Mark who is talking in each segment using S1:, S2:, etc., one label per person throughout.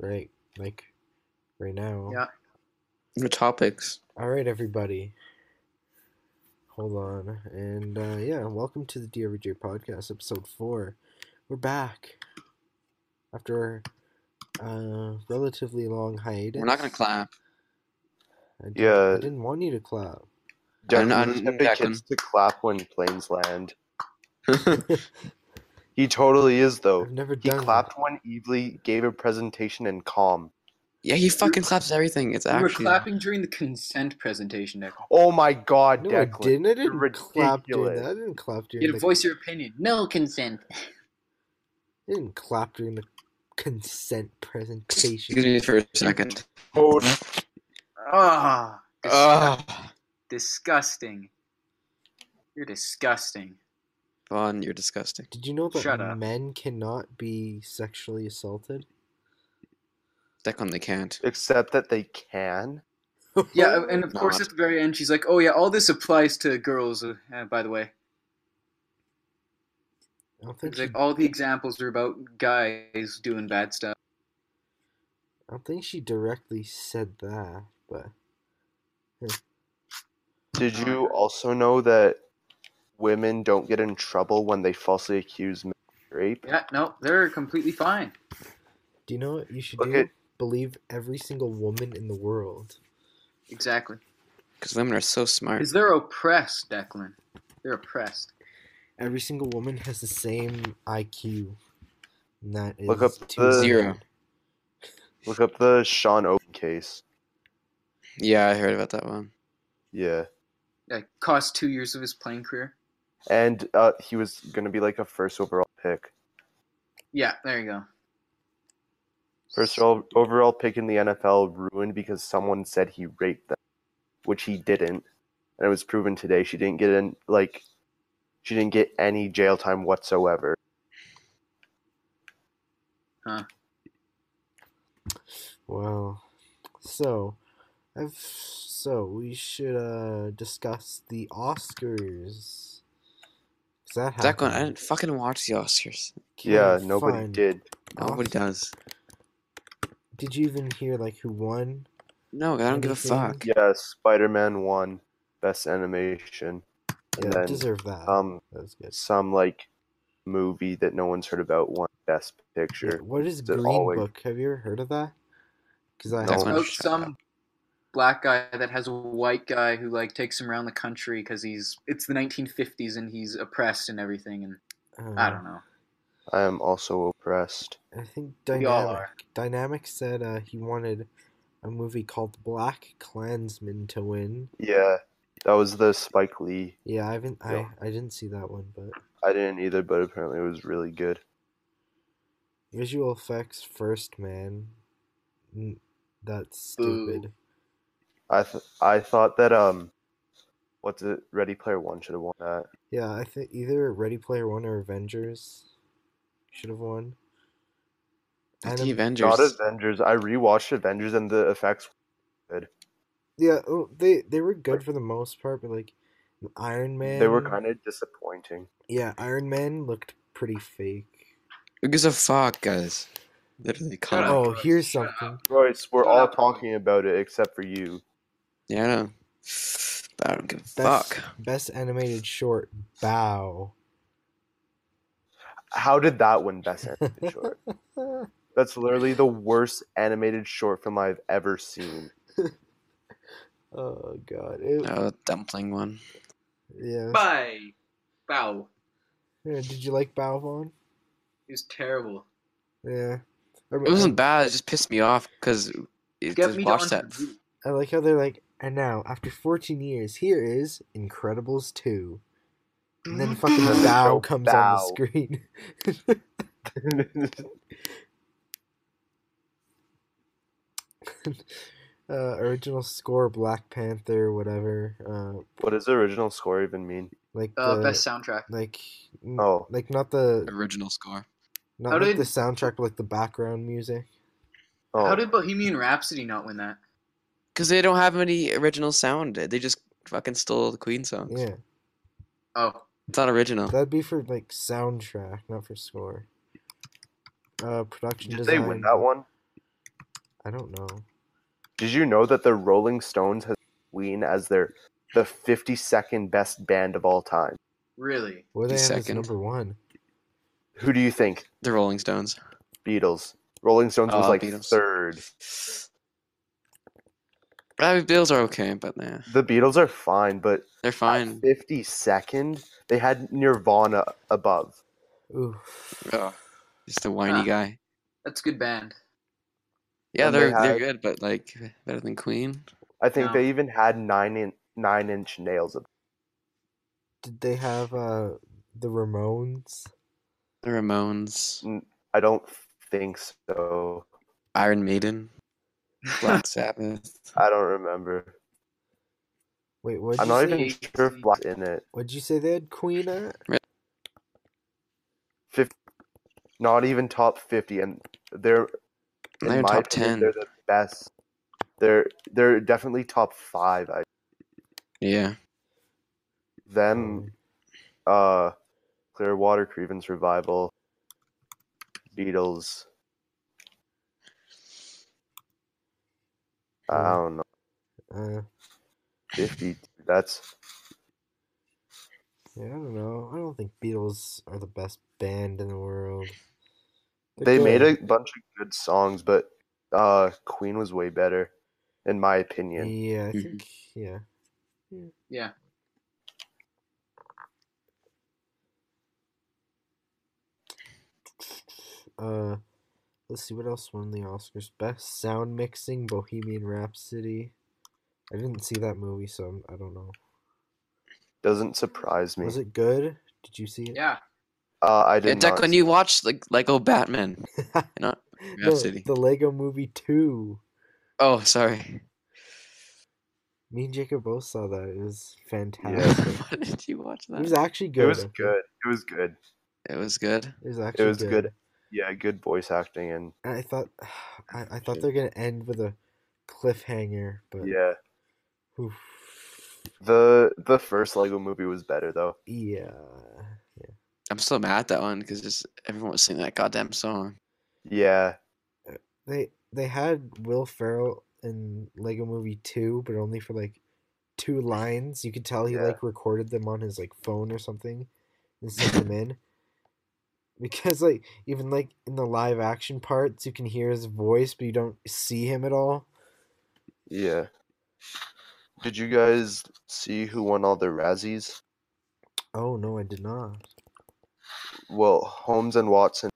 S1: right like right now.
S2: Yeah.
S3: The topics.
S1: All right, everybody. Hold on, and uh, yeah, welcome to the DRJ podcast, episode four. We're back after a uh, relatively long hiatus.
S3: We're not gonna clap.
S1: I didn't,
S4: Yeah.
S1: I didn't want you to clap.
S3: I'm-
S4: Declan,
S3: I'm
S4: you get the
S3: Declan.
S4: kids to clap when planes land. He totally is though.
S1: I've never
S4: Oh, He
S1: done.
S4: clapped when Evely gave a presentation in calm.
S3: yeah, he fucking claps everything. It's
S2: We were
S3: actually.
S2: clapping during the consent presentation, Nick.
S4: Oh my god,
S1: That. No, I
S4: Declan.
S1: didn't. I didn't
S4: You're
S1: clap during
S4: ridiculous.
S1: that. I didn't clap
S2: You
S1: during.
S2: had to
S1: The,
S2: voice your opinion. No consent.
S1: I didn't clap during the consent
S3: Excuse
S1: presentation.
S3: me for a second.
S4: Oh,
S2: Ah, disgu-
S3: Ah,
S2: disgusting. You're disgusting.
S3: Vaughn, you're disgusting.
S1: Did you know that
S2: Shut up.
S1: men cannot be sexually assaulted?
S3: Declan, they can't.
S4: Except that they can.
S2: Yeah, and of course
S3: Not.
S2: at the very end she's like, "Oh yeah, all this applies to girls." Uh, uh, by the way,
S1: I don't think
S2: it's
S1: she,
S2: like all the examples are about guys doing bad stuff.
S1: I don't think she directly said that, but
S4: Did you also know that women don't get in trouble when they falsely accuse men of rape?
S2: Yeah, no, they're completely fine.
S1: do you know what you should
S4: Look
S1: do?
S4: at-
S1: Believe every single woman in the world.
S2: Exactly,
S3: Because women are so smart.
S2: because they're oppressed, Declan. They're oppressed.
S1: Every single woman has the same IQ. And that is
S4: Look up
S1: two
S4: the-
S3: Zero.
S4: Look up the Sean Open case.
S3: Yeah, I heard about that one.
S4: Yeah.
S2: That cost two years of his playing career.
S4: And uh, he was gonna be like a first overall pick.
S2: Yeah, there you go.
S4: First o- overall pick in the NFL ruined because someone said he raped them, which he didn't, and it was proven today. She didn't get in like, she didn't get any jail time whatsoever.
S1: Well, so I've so we should uh discuss the Oscars. 'Cause that
S3: Declan, I
S1: happened.
S3: didn't fucking watch the Oscars.
S1: Okay,
S4: yeah, nobody
S1: fine.
S4: did.
S3: Nobody
S1: Awesome.
S3: does.
S1: Did you even hear like who won?
S3: No, I don't give a
S1: Anything?
S3: fuck.
S4: Yeah, Spider Man won best animation,
S1: Yeah,
S4: and then
S1: deserve that.
S4: um
S1: that was good.
S4: some like movie that no one's heard about won best
S1: Yeah,
S4: picture.
S1: What is
S4: Is it
S1: Green
S4: always-
S1: Book? Have you ever heard of that? Because I
S3: No.
S1: have.
S3: Declan,
S2: about
S3: shut
S2: some
S3: up.
S2: black guy that has a white guy who like takes him around the country because he's it's the 1950s and he's oppressed and everything and I don't know.
S4: I am also oppressed.
S1: um, I think
S2: We all
S1: Dynamic
S2: are.
S1: Dynamic said uh, he wanted a movie called Black Klansman to win.
S4: Yeah, that was the Spike Lee.
S1: Yeah, I haven't.
S4: Yeah.
S1: I I didn't see that one, but
S4: I didn't either, but apparently it was really good.
S1: visual effects first, man. N- That's stupid.
S4: I th- I thought that um, what's it? Ready Player One should have won that.
S1: Yeah, I think either Ready Player One or Avengers should have won.
S3: It's
S1: Anim-
S3: the Avengers.
S4: Not Avengers. I rewatched Avengers and the effects.
S1: yeah, oh, they they were good for the most part, but like Iron Man,
S4: They were kind of disappointing.
S1: Yeah, Iron Man looked pretty fake.
S3: Who gives a fuck, guys? Literally,
S2: Shut
S3: calm.
S2: up,
S1: Oh,
S2: Royce,
S1: here's
S2: shut
S1: something.
S4: Royce, we're
S2: Shut
S4: all
S2: up.
S4: talking about it except for you.
S3: Yeah, I know. I don't give a
S1: Best,
S3: fuck.
S1: Best animated short, Bow.
S4: How did that win Best Animated Short? That's literally the worst animated short film I've ever seen.
S1: Oh god. It,
S3: Oh, dumpling one.
S1: yeah.
S2: Bye. Bow.
S1: Yeah, Did you like Bow Vaughn?
S2: It was terrible.
S1: Yeah. I,
S3: It wasn't bad. It just pissed me off because it
S2: Get
S3: just
S2: me
S3: watched
S2: to
S3: that.
S2: unforgive-
S1: I like how they're like, and now after 14 years, here is Incredibles 2. And then fucking
S2: Mm-hmm.
S4: Then they
S1: Bow
S4: show
S1: comes on the
S4: Bao.
S1: screen. uh, original score, Black Panther, whatever. Uh,
S4: what does the original score even mean?
S1: like
S2: Uh,
S1: the,
S2: best soundtrack.
S1: like n-
S4: Oh.
S1: like not the
S3: Original score.
S1: not
S2: How
S1: like
S2: did-
S1: the soundtrack, but like the background music.
S4: Oh,
S2: How did Bohemian Rhapsody not win that?
S3: Because they don't have any original sound. They just fucking stole the Queen songs.
S1: Yeah,
S2: Oh,
S3: It's not original.
S1: that'd be for like soundtrack, not for score. Uh, production
S4: did
S1: design.
S4: they win that one?
S1: I don't know.
S4: Did you know that the Rolling Stones has Queen as their the 52nd best band of all time?
S2: Really?
S1: What are they
S3: He's
S1: have as
S3: second.
S1: number one?
S4: Who do you think?
S3: The Rolling Stones.
S4: Beatles. Rolling Stones was
S3: Oh,
S4: like
S3: Beatles.
S4: third.
S3: I mean, Bills are okay, but yeah,
S4: The Beatles are fine, but
S3: they're fine.
S4: fifty second, they had Nirvana above.
S1: Ooh.
S3: Ugh. Just a whiny
S2: Huh.
S3: guy.
S2: That's a good band.
S3: Yeah,
S4: And they
S3: they're they're
S4: had-
S3: good, but like better than Queen.
S4: I think
S2: No.
S4: they even had nine in, nine inch nails. Above.
S1: Did they have uh the Ramones?
S3: The Ramones,
S4: I don't think so.
S3: Iron Maiden, Black Sabbath.
S4: I don't remember.
S1: Wait, what?
S4: I'm
S1: you
S4: not
S1: say?
S4: even sure if Black's in it.
S1: What'd you say they had Queen at?
S4: Fif- not even top fifty, and they're in
S3: They're
S4: my
S3: top
S4: opinion,
S3: 10.
S4: They're the best. They're they're definitely top five. I,
S3: Yeah,
S4: them, uh, Clearwater Cravens Revival, Beatles. I don't know,
S1: Uh,
S4: fifty. That's
S1: yeah, I don't know. I don't think Beatles are the best band in the world.
S4: they
S1: They're
S4: made
S1: good.
S4: a bunch of good songs, but uh, Queen was way better, in my opinion.
S1: Yeah, I
S3: Mhm.
S1: think yeah.
S2: Yeah.
S1: Uh, let's see what else won the Oscars. Best sound mixing: Bohemian Rhapsody. I didn't see that movie, so I'm, I don't know.
S4: Doesn't surprise me.
S1: Was it good? Did you see it?
S2: Yeah.
S4: Uh, I
S3: yeah
S4: did not.
S3: Declan, you watched like like old Batman. You know?
S1: No,
S3: Rhapsody.
S1: the Lego Movie Two.
S3: Oh, sorry.
S1: Me and Jacob both saw that. It was fantastic.
S3: Why did you watch
S1: It was
S3: that?
S1: actually good.
S4: It was
S1: okay?
S4: good. It was good.
S3: It was good.
S1: It was actually
S4: was good. Yeah, good voice acting and
S1: And I thought, I, I thought they're gonna end with a cliffhanger, but
S4: yeah.
S1: oof,
S4: The the first Lego movie was better though.
S1: yeah,
S3: I'm still mad at that one because just everyone was singing that goddamn song.
S4: Yeah.
S1: they they had Will Ferrell in Lego Movie Two, but only for like two lines. You could tell he
S4: Yeah.
S1: like recorded them on his like phone or something, and sent them in. Because like even like in the live action parts, you can hear his voice, but you don't see him at all.
S4: Yeah. Did you guys see who won all the Razzies?
S1: Oh no, I did not.
S4: Well, Holmes and Watson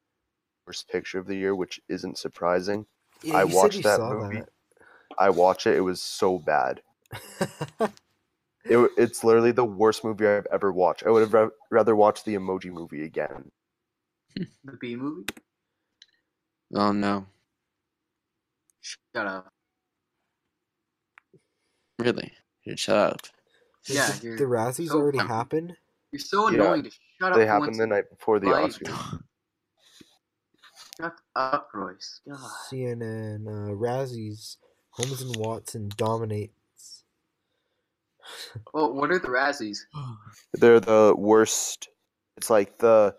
S4: first picture of the year, which isn't surprising.
S1: Yeah,
S4: I
S1: you said
S4: watched
S1: you
S4: that
S1: saw
S4: movie. I watch it, it was so bad.
S1: that.
S4: It, w- it's literally the worst movie I've ever watched. I would have ra- rather watched the Emoji movie again.
S2: The B movie?
S3: Oh no,
S2: Shut up.
S3: really? Dude, shut up.
S1: Did
S2: Yeah,
S1: the,
S2: you're
S1: the Razzies
S2: so
S1: already
S2: dumb.
S1: happened.
S2: You're so
S4: Yeah.
S2: annoying. Just shut up.
S4: They
S2: for
S4: happened
S2: once.
S4: the night before the
S2: Right.
S4: Oscars.
S2: Shut up, Royce. God.
S1: CNN uh, Razzies, Holmes and Watson dominates.
S2: Oh, what are the Razzies?
S4: They're the worst. It's like the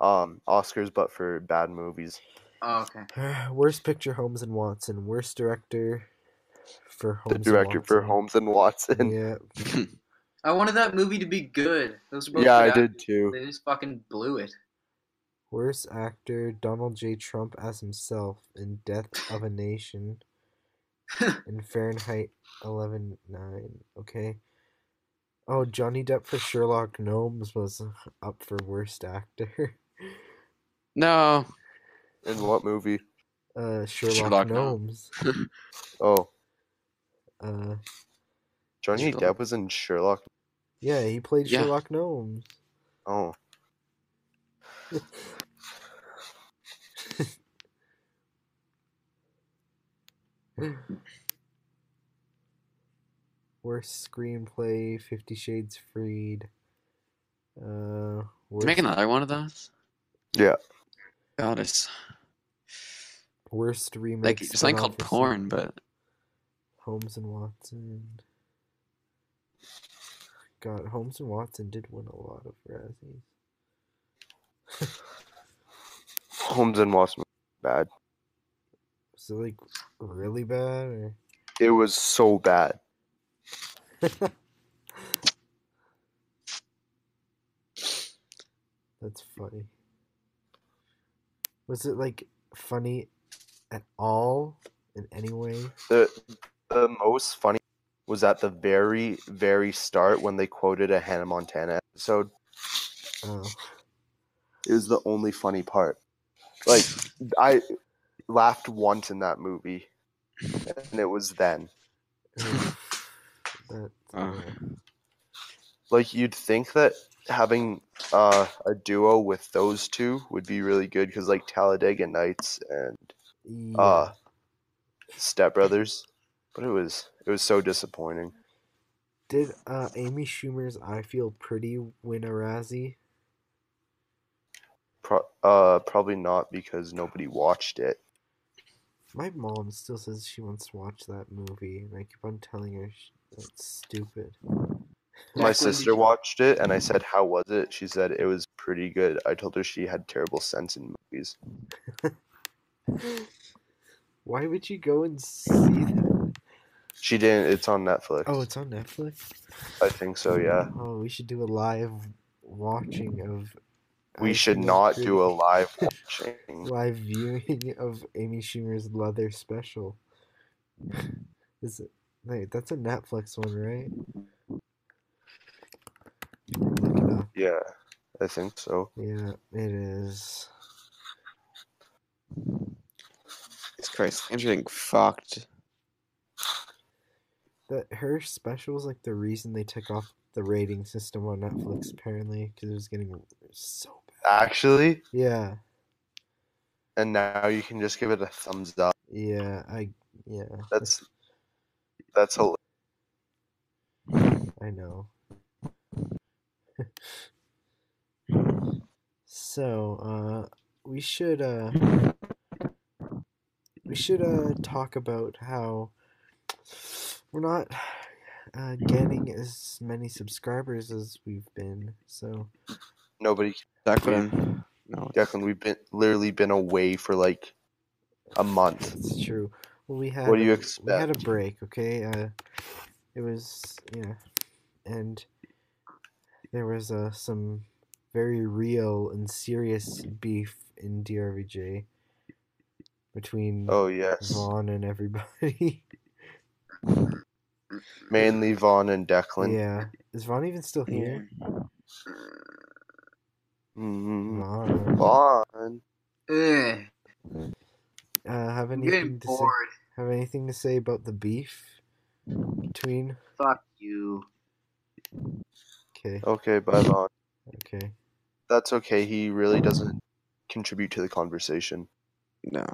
S4: um Oscars, but for bad movies.
S2: Oh, okay.
S1: Worst picture, Holmes and Watson. Worst director for Holmes.
S4: the director
S1: and
S4: for
S1: Watson.
S4: Holmes and Watson.
S1: Yeah,
S2: I wanted that movie to be good. Those were
S4: Yeah,
S2: both
S4: I
S2: good
S4: did
S2: actors.
S4: too.
S2: They just fucking blew it.
S1: worst actor, Donald J. Trump as himself in Death of a Nation. in Fahrenheit 11.9. Okay. Oh, Johnny Depp for Sherlock Gnomes was up for worst actor.
S3: No,
S4: In what movie?
S1: Uh, Sherlock,
S3: Sherlock
S1: Gnomes.
S4: Oh,
S1: Uh,
S4: Johnny
S3: Sherlock.
S4: Depp was in Sherlock.
S1: yeah, he played
S3: Yeah.
S1: Sherlock Gnomes.
S4: Oh,
S1: Worst screenplay, Fifty Shades Freed. Uh,
S3: to
S1: worst,
S3: make another one of those.
S4: Yeah.
S3: God, it's
S1: worst remake.
S3: like it's something
S1: spin-off
S3: called
S1: or
S3: porn,
S1: sequel.
S3: but
S1: Holmes and Watson. God, Holmes and Watson did win a lot of Razzies.
S4: Holmes and Watson. Bad.
S1: It's Is it like really bad? Or...
S4: It was so bad.
S1: That's funny. Was it like funny at all in any way?
S4: The the most funny was at the very very start when they quoted a Hannah Montana episode.
S1: Oh,
S4: It was the only funny part. Like I laughed once in that movie, and it was then.
S1: oof. that
S3: Uh,
S4: Like you'd think that having uh, a duo with those two would be really good because like Talladega Nights and
S1: yeah.
S4: uh, Step Brothers, but it was it was so disappointing.
S1: Did uh, Amy Schumer's "I Feel Pretty" win a Razzie?
S4: Pro- uh, probably not because nobody watched it.
S1: My mom still says she wants to watch that movie, and I keep on telling her sh- that's stupid.
S4: My
S2: Declan, did
S4: sister
S2: you-
S4: watched it and I said, How was it? She said, It was pretty good. I told her she had terrible sense in movies.
S1: Why would you go and see that?
S4: She didn't. It's on Netflix.
S1: Oh, it's on Netflix.
S4: I think so, yeah.
S1: Oh, we should do a live watching of.
S4: We
S1: I
S4: should
S1: Feel
S4: not do a
S1: Pretty.
S4: live watching.
S1: live viewing of Amy Schumer's leather special. Is it? Wait, that's a Netflix one, right? Look it up.
S4: Yeah, I think so.
S1: Yeah, it is.
S3: Jesus Christ, I'm getting fucked.
S1: That her special was like the reason they took off the rating system on Netflix, apparently, because it was getting so bad.
S4: Actually,
S1: Yeah,
S4: and now you can just give it a thumbs up.
S1: yeah, I, yeah,
S4: That's that's a
S1: I know. so, uh, we should, uh, we should, uh, talk about how we're not, uh, getting as many subscribers as we've been, so,
S4: nobody.
S3: Declan. No.
S4: Declan, we've been literally been away for like a month.
S1: It's true. Well, we had
S4: What do you
S1: a- We had a
S4: expect?
S1: break, okay? Uh, it was yeah, and there was uh, some very real and serious beef in DRVJ between
S4: Oh yes,
S1: Vaughn and everybody.
S4: mainly Vaughn and Declan.
S1: yeah, is Vaughn even still here?
S4: Mhm.
S1: Vaughn,
S4: Vaughn.
S2: Ugh,
S1: uh, have
S2: I'm getting
S1: anything to say,
S2: bored.
S1: have anything to say about the beef between?
S2: Fuck you.
S1: Okay,
S4: Okay, bye Vaughn.
S1: okay.
S4: That's okay. He really doesn't contribute to the conversation.
S3: No.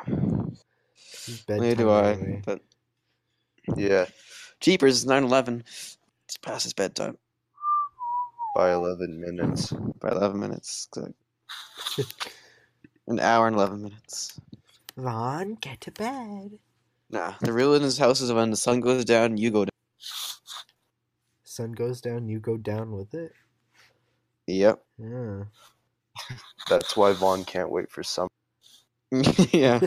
S1: It's
S3: Neither
S1: bedtime
S3: do I.
S1: anyway.
S3: But
S4: Yeah,
S3: Jeepers, it's 9 11. It's past his bedtime
S4: by eleven minutes.
S3: by 11 minutes. It's like An hour and 11 minutes.
S1: Vaughn, get to bed.
S3: Nah, the rule in his house is when the sun goes down, you go down.
S1: Sun goes down, you go down with it.
S3: Yep.
S1: Yeah.
S4: That's why Vaughn can't wait for summer.
S3: yeah.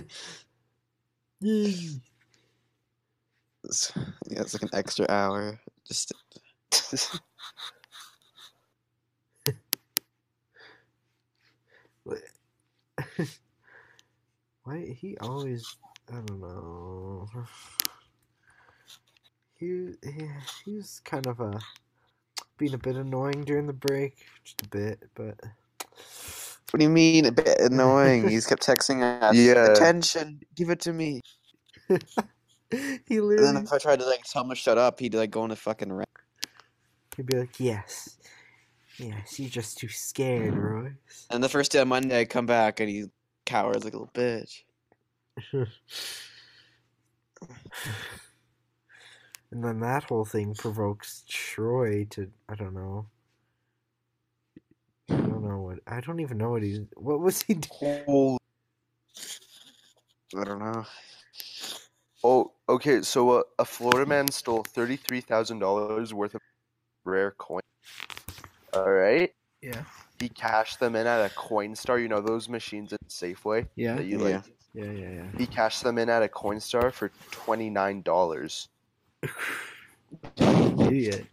S3: It's, yeah, it's like an extra hour. Just
S1: Why he always? I don't know. He yeah, he was kind of a being a bit annoying during the break, just a bit, but
S3: What do you mean? A bit annoying. He's kept texting us.
S4: Yeah.
S3: Attention. Give it to me.
S1: he
S3: And then
S1: literally
S3: if I tried to like tell him to shut up, he'd like go in a fucking rant.
S1: he'd be like, "Yes, yes, you're just too scared, Royce."
S3: And the first day on Monday, I come back and he cowers like a little bitch.
S1: And then that whole thing provokes Troy to I don't know. I don't know what I don't even know what he what was he doing.
S4: Holy.
S3: I don't know.
S4: Oh, okay. So uh, a Florida man stole thirty-three thousand dollars worth of rare coin. All right.
S1: Yeah.
S4: He cashed them in at a Coinstar. You know those machines in Safeway
S1: Yeah.
S4: that you
S3: Yeah.
S4: like
S1: Yeah, yeah, yeah.
S4: He cashed them in at a Coinstar for twenty nine dollars.
S1: Idiot.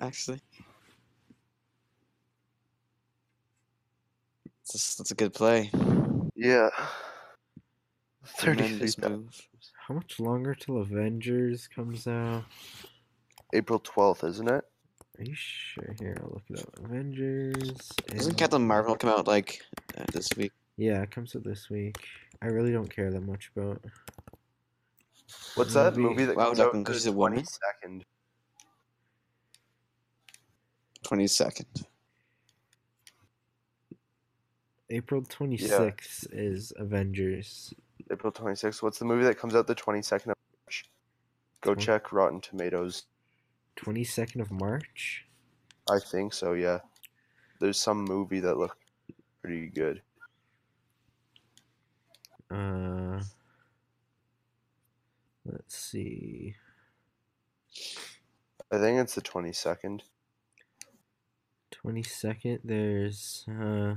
S3: Actually, that's, that's a good play.
S4: Yeah. Thirty
S3: Tremendous
S4: three.
S3: move.
S1: How much longer till Avengers comes out?
S4: April twelfth, isn't it?
S1: Are you sure? Here, I'll look it up. Avengers.
S3: Doesn't
S1: and-
S3: Captain Marvel come out like uh, this week?
S1: Yeah, it comes out this week. I really don't care that much about.
S4: What's that
S1: Movie.
S4: movie that
S3: Wow,
S4: comes
S3: Duck
S4: out
S3: and
S4: the
S3: Goose is a woman?
S4: 22nd?
S3: Twenty second.
S1: April 26th is Avengers.
S4: April twenty sixth. What's the movie that comes out the twenty second of March? Go
S1: Hmm.
S4: check Rotten Tomatoes.
S1: 22nd of March?
S4: I think so. Yeah. There's some movie that looked pretty good.
S1: Uh, let's see.
S4: I think it's the twenty second.
S1: 22nd, there's. Uh,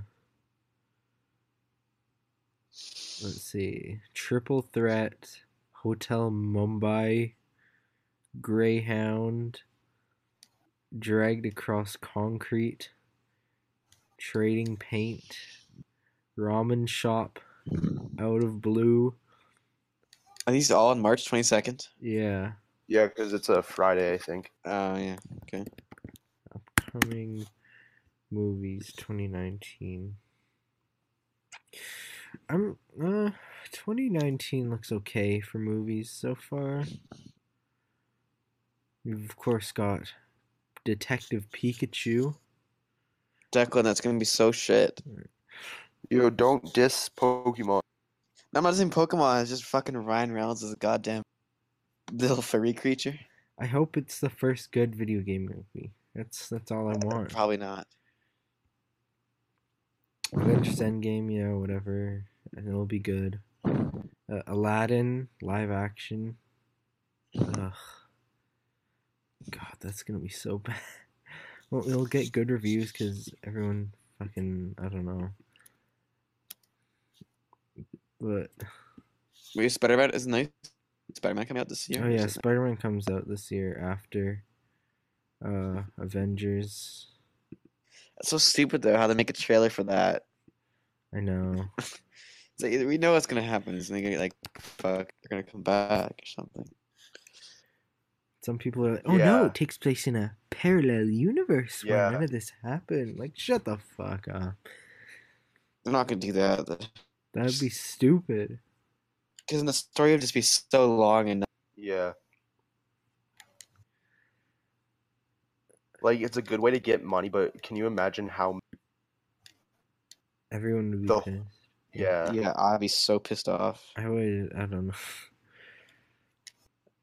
S1: let's see. Triple Threat, Hotel Mumbai, Greyhound, Dragged Across Concrete, Trading Paint, Ramen Shop, Out of Blue.
S3: Are these all on March twenty second?
S1: Yeah.
S4: Yeah, because it's a Friday, I think.
S3: Oh yeah.
S1: Coming movies 2019. I'm uh 2019 looks okay for movies so far. You've of course got Detective Pikachu.
S3: Declan, that's gonna be so shit.
S4: Yo, don't diss Pokemon.
S3: No, I'm not saying Pokemon. It's just fucking Ryan Reynolds is a goddamn little furry creature.
S1: I hope it's the first good video game movie. That's that's all I want.
S3: Probably not.
S1: Avengers Endgame, yeah, whatever, and it'll be good. Uh, Aladdin live action. Ugh. God, that's gonna be so bad. Well, it'll get good reviews because everyone fucking I don't know. But
S3: Were you Spider Man? Isn't nice? Spider Man coming out this year?
S1: oh yeah,
S3: Isn't
S1: Spider Man comes out this year after uh Avengers.
S3: it? It's so stupid though how they make a trailer for that.
S1: I know.
S3: It's like, we know what's gonna happen. It's gonna get like fuck. They're gonna come back or something.
S1: Some people are like, "Oh no,
S4: Yeah.
S1: it takes place in a parallel universe where
S4: Yeah.
S1: none of this happened." Like, shut the fuck up.
S3: They're not gonna do that
S1: That'd be stupid.
S3: because the story would just be so long and
S4: Yeah. Like it's a good way to get money, but can you imagine how?
S1: Everyone would be
S4: The-
S1: pissed.
S4: Yeah.
S3: yeah, uh, I'd be so pissed off.
S1: I would. I don't know.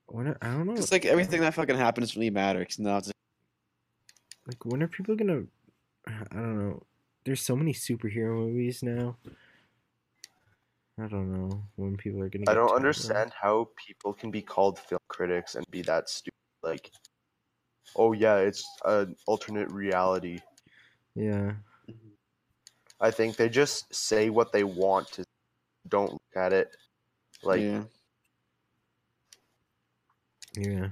S1: When are, I don't know.
S3: It's like everything that fucking happened doesn't really matter because now it's
S1: Like when are people gonna? I don't know. There's so many superhero movies now. I don't know when people are gonna.
S4: I
S1: get
S4: don't
S1: tired of
S4: understand how people can be called film critics and be that stupid. Like, oh yeah, it's an alternate reality.
S1: it. Yeah.
S4: I think they just say what they want to. Don't look at it. Like,
S3: yeah.
S1: Yeah.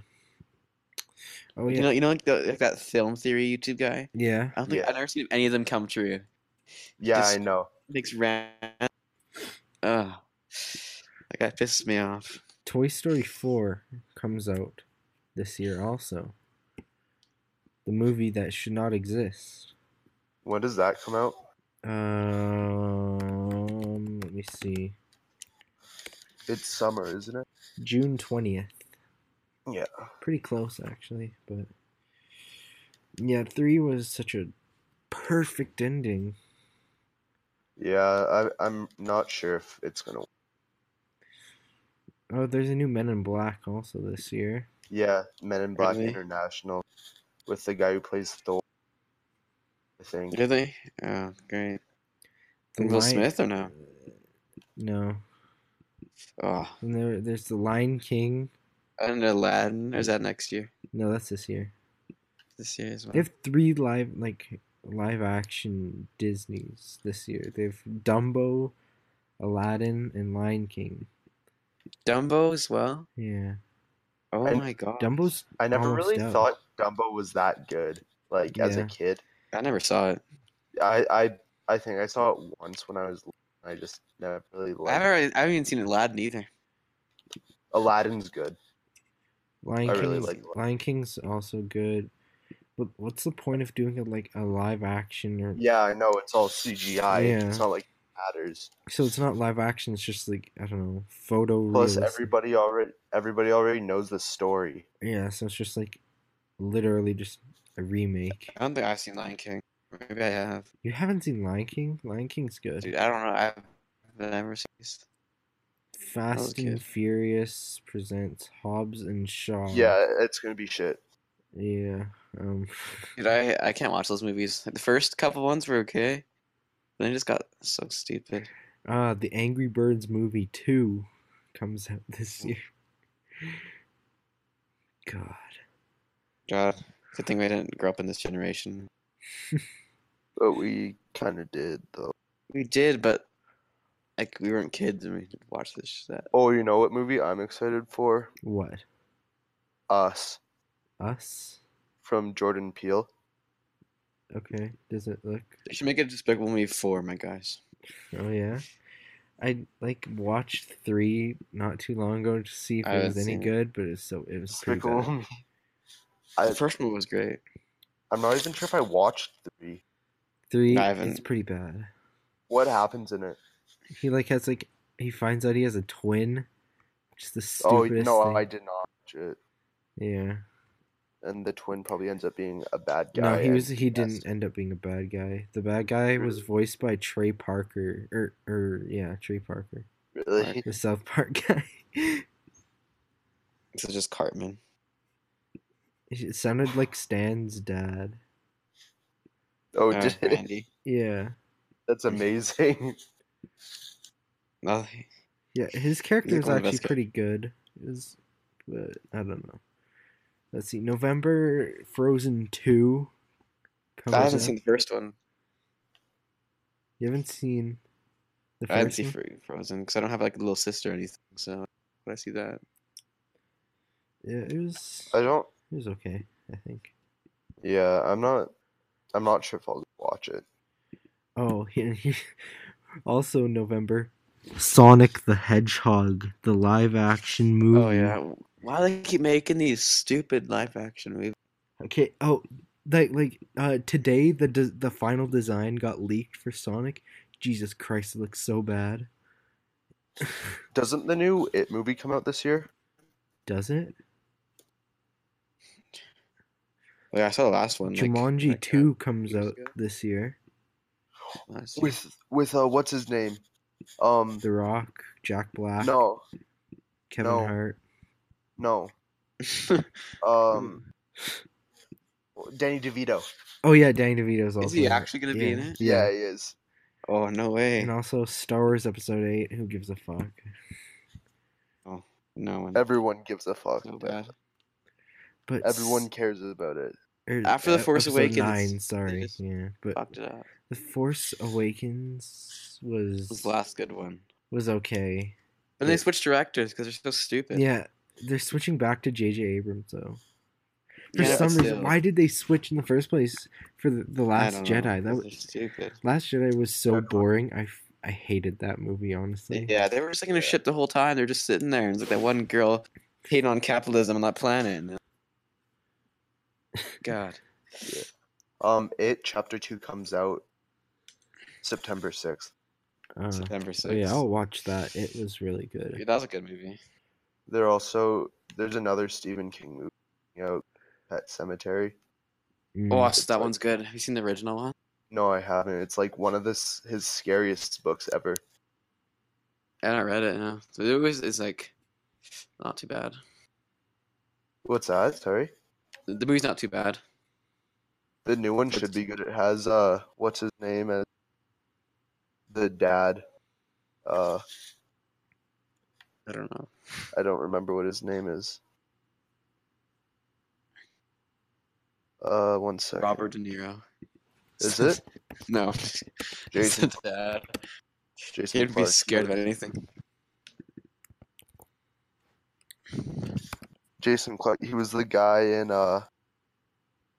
S1: Oh
S3: you
S1: yeah.
S3: know you know like, the, like that film theory YouTube guy.
S1: yeah.
S3: I don't think
S4: Yeah.
S3: I've never seen any of them come true.
S4: yeah,
S3: Just-
S4: I know.
S3: Makes rant. Ugh. That guy pisses me off.
S1: Toy Story Four comes out this year also. The movie that should not exist.
S4: When does that come out?
S1: Um, let me see.
S4: It's summer, isn't it?
S1: June twentieth.
S4: Yeah.
S1: Pretty close actually, but yeah, three was such a perfect ending.
S4: Yeah, I, I'm not sure if it's gonna.
S1: Oh, there's a new Men in Black also this year.
S4: Yeah, Men in Black
S3: Really?
S4: International with the guy who plays Thor. I think.
S3: Do they? Oh, great.
S1: The
S3: Will
S1: Lion- Uh,
S3: Smith or no?
S1: No,
S3: Oh,
S1: and there, there's the Lion King.
S3: and Aladdin. Or is that next year?
S1: No, that's this year.
S3: This year as well.
S1: They have three live like live action Disney's this year. They've Dumbo, Aladdin, and Lion King.
S3: Dumbo as well.
S1: Yeah,
S3: Oh
S4: And
S3: my god.
S1: Dumbo's.
S4: I never
S1: almost
S4: really
S1: out.
S4: thought Dumbo was that good. Like as a
S1: Yeah.
S4: kid,
S3: I never saw it.
S4: I I I think I saw it once when I was. little, and I just never really
S3: I
S4: liked. it.
S3: haven't, I haven't even seen Aladdin either.
S4: Aladdin's good.
S1: Lion
S4: I
S1: King.
S4: really like-
S1: Lion King's also good. But what's the point of doing a, like a live action or
S4: Yeah, I know it's all CGI.
S1: Yeah.
S4: It's not like it matters.
S1: so it's not live action? It's just like I don't know photo.
S4: Plus,
S1: realistic-
S4: everybody already everybody already knows the story.
S1: Yeah, so it's just like literally just a remake.
S3: I don't think I've seen Lion King. Maybe I have.
S1: You haven't seen Lion King? Lion King's good.
S3: Dude, I don't know. I've never seen this.
S1: Fast
S3: okay.
S1: and Furious presents Hobbs and Shaw.
S4: Yeah, it's gonna be shit.
S1: Yeah. Um,
S3: Dude, I, I can't watch those movies. The first couple ones were okay. Then it just got so stupid.
S1: uh, the Angry Birds movie 2 comes out this year. God.
S3: God. Good thing we didn't grow up in this generation.
S4: But we kind of did though.
S3: We did, but like we weren't kids and we did watch this sh- that.
S4: Oh, you know what movie I'm excited for?
S1: What?
S4: Us
S1: Us?
S4: from Jordan Peele.
S1: Okay. Does it look.
S3: They should make it Despicable Me four, my guys.
S1: Oh, yeah. I like watched three not too long ago to see if
S3: I
S1: it was
S3: haven't
S1: any
S3: seen it.
S1: good, but it's so it was pretty
S4: Despicable
S1: bad.
S4: Me. I,
S3: the first one was great.
S4: I'm not even sure if I watched three.
S1: Three,
S3: I
S1: it's
S3: haven't.
S1: pretty bad.
S4: What happens in it?
S1: He like has like he finds out he has a twin. Just the
S4: Oh
S1: stupidest
S4: no,
S1: thing.
S4: I did not watch it.
S1: Yeah.
S4: And the twin probably ends up being a bad guy.
S1: No, he
S4: and
S1: was he
S4: best.
S1: didn't end up being a bad guy. The bad guy was
S3: Hmm.
S4: Really?
S1: voiced by Trey Parker or or yeah, Trey Parker.
S4: Really?
S1: The South Park guy.
S3: This is just Cartman.
S1: it sounded like Stan's dad.
S4: Oh,
S3: Uh,
S4: did it?
S3: Randy.
S1: Yeah.
S4: That's amazing.
S3: No,
S1: Yeah, his character
S3: He's
S1: was
S3: one of
S1: actually
S3: us guy.
S1: pretty good. It was, but I don't know. Let's see. November Frozen 2 comes
S3: I haven't
S1: out.
S3: seen the first one.
S1: You haven't seen the
S3: I didn't
S1: first
S3: see
S1: one?
S3: Fro- Frozen because I don't have like a little sister or anything. So when I see that,
S1: Yeah, it was
S4: I don't.
S1: it was okay, I think.
S4: Yeah, I'm not. I'm not sure if I'll watch it.
S1: Oh, he, he, also November Sonic the Hedgehog, the live action movie.
S3: oh yeah, why do they keep making these stupid live action movies?
S1: Okay. Oh, like like uh today the de- the final design got leaked for Sonic. Jesus Christ, it looks so bad.
S4: Doesn't the new It movie come out this year?
S1: Does it?
S3: Like Oh, I saw the last one. like-
S1: Jumanji
S3: like, uh,
S1: 2 comes
S3: years
S1: out
S3: ago.
S1: this year.
S3: last year.
S4: With with uh, what's his name? Um,
S1: The Rock, Jack Black,
S4: no,
S1: Kevin
S4: no.
S1: Hart.
S4: no. Um,
S3: Mm.
S4: Danny DeVito.
S1: Oh yeah, Danny DeVito's also.
S3: is he
S1: in it.
S3: actually gonna be in
S1: Yeah.
S3: it?
S4: Yeah, he is.
S3: Oh no way!
S1: And also Star Wars Episode 8, who gives a fuck?
S3: No one.
S4: Everyone gives a fuck.
S3: So bad.
S1: But s-
S4: Everyone cares about it.
S1: or,
S3: After The
S1: uh,
S3: Force
S1: episode
S3: Awakens,
S1: Nine, sorry,
S3: just
S1: yeah. But
S3: Fucked it up.
S1: The Force Awakens was
S3: It was
S1: was,
S3: the last good one.
S1: okay.
S3: But they
S1: Yeah.
S3: switched directors because they're so stupid.
S1: Yeah, they're switching back to J.J. Abrams though. For
S3: Yeah, but
S1: some reason,
S3: still.
S1: why did they switch in the first place for the, the
S3: I
S1: Last
S3: don't know,
S1: Jedi? That
S3: 'cause
S1: was,
S3: they're stupid.
S1: Last Jedi was so
S4: They're not-
S1: boring. I f- I hated that movie honestly.
S3: Yeah, they were just looking
S4: Yeah.
S3: at shit the whole time. They're just sitting there, and it's like that one girl hating on capitalism on that planet. And God,
S4: Um, It Chapter Two comes out September sixth.
S1: Uh,
S3: September
S1: so
S3: sixth.
S1: yeah, I'll watch that. It was really good.
S3: that was a good movie.
S4: There also there's another Stephen King movie, you know, Pet Cemetery.
S1: Mm.
S3: Oh, watch that
S4: like-
S3: one's good. Have you seen the original one?
S4: No, I haven't. It's like one of this his scariest books ever.
S3: I haven't read it. No, so it was. It's like not too bad.
S4: What's that? Sorry,
S3: The, the movie's not too bad.
S4: the new one should be good. It has uh, what's his name as the dad. Uh,
S3: I don't know.
S4: I don't remember what his name is. Uh, one second.
S3: Robert De Niro.
S4: Is it?
S3: no,
S4: Jason.
S3: Jason Dad.
S4: Jason
S3: He'd be
S4: Clark.
S3: scared about anything.
S4: Jason Clark. He was the guy in uh,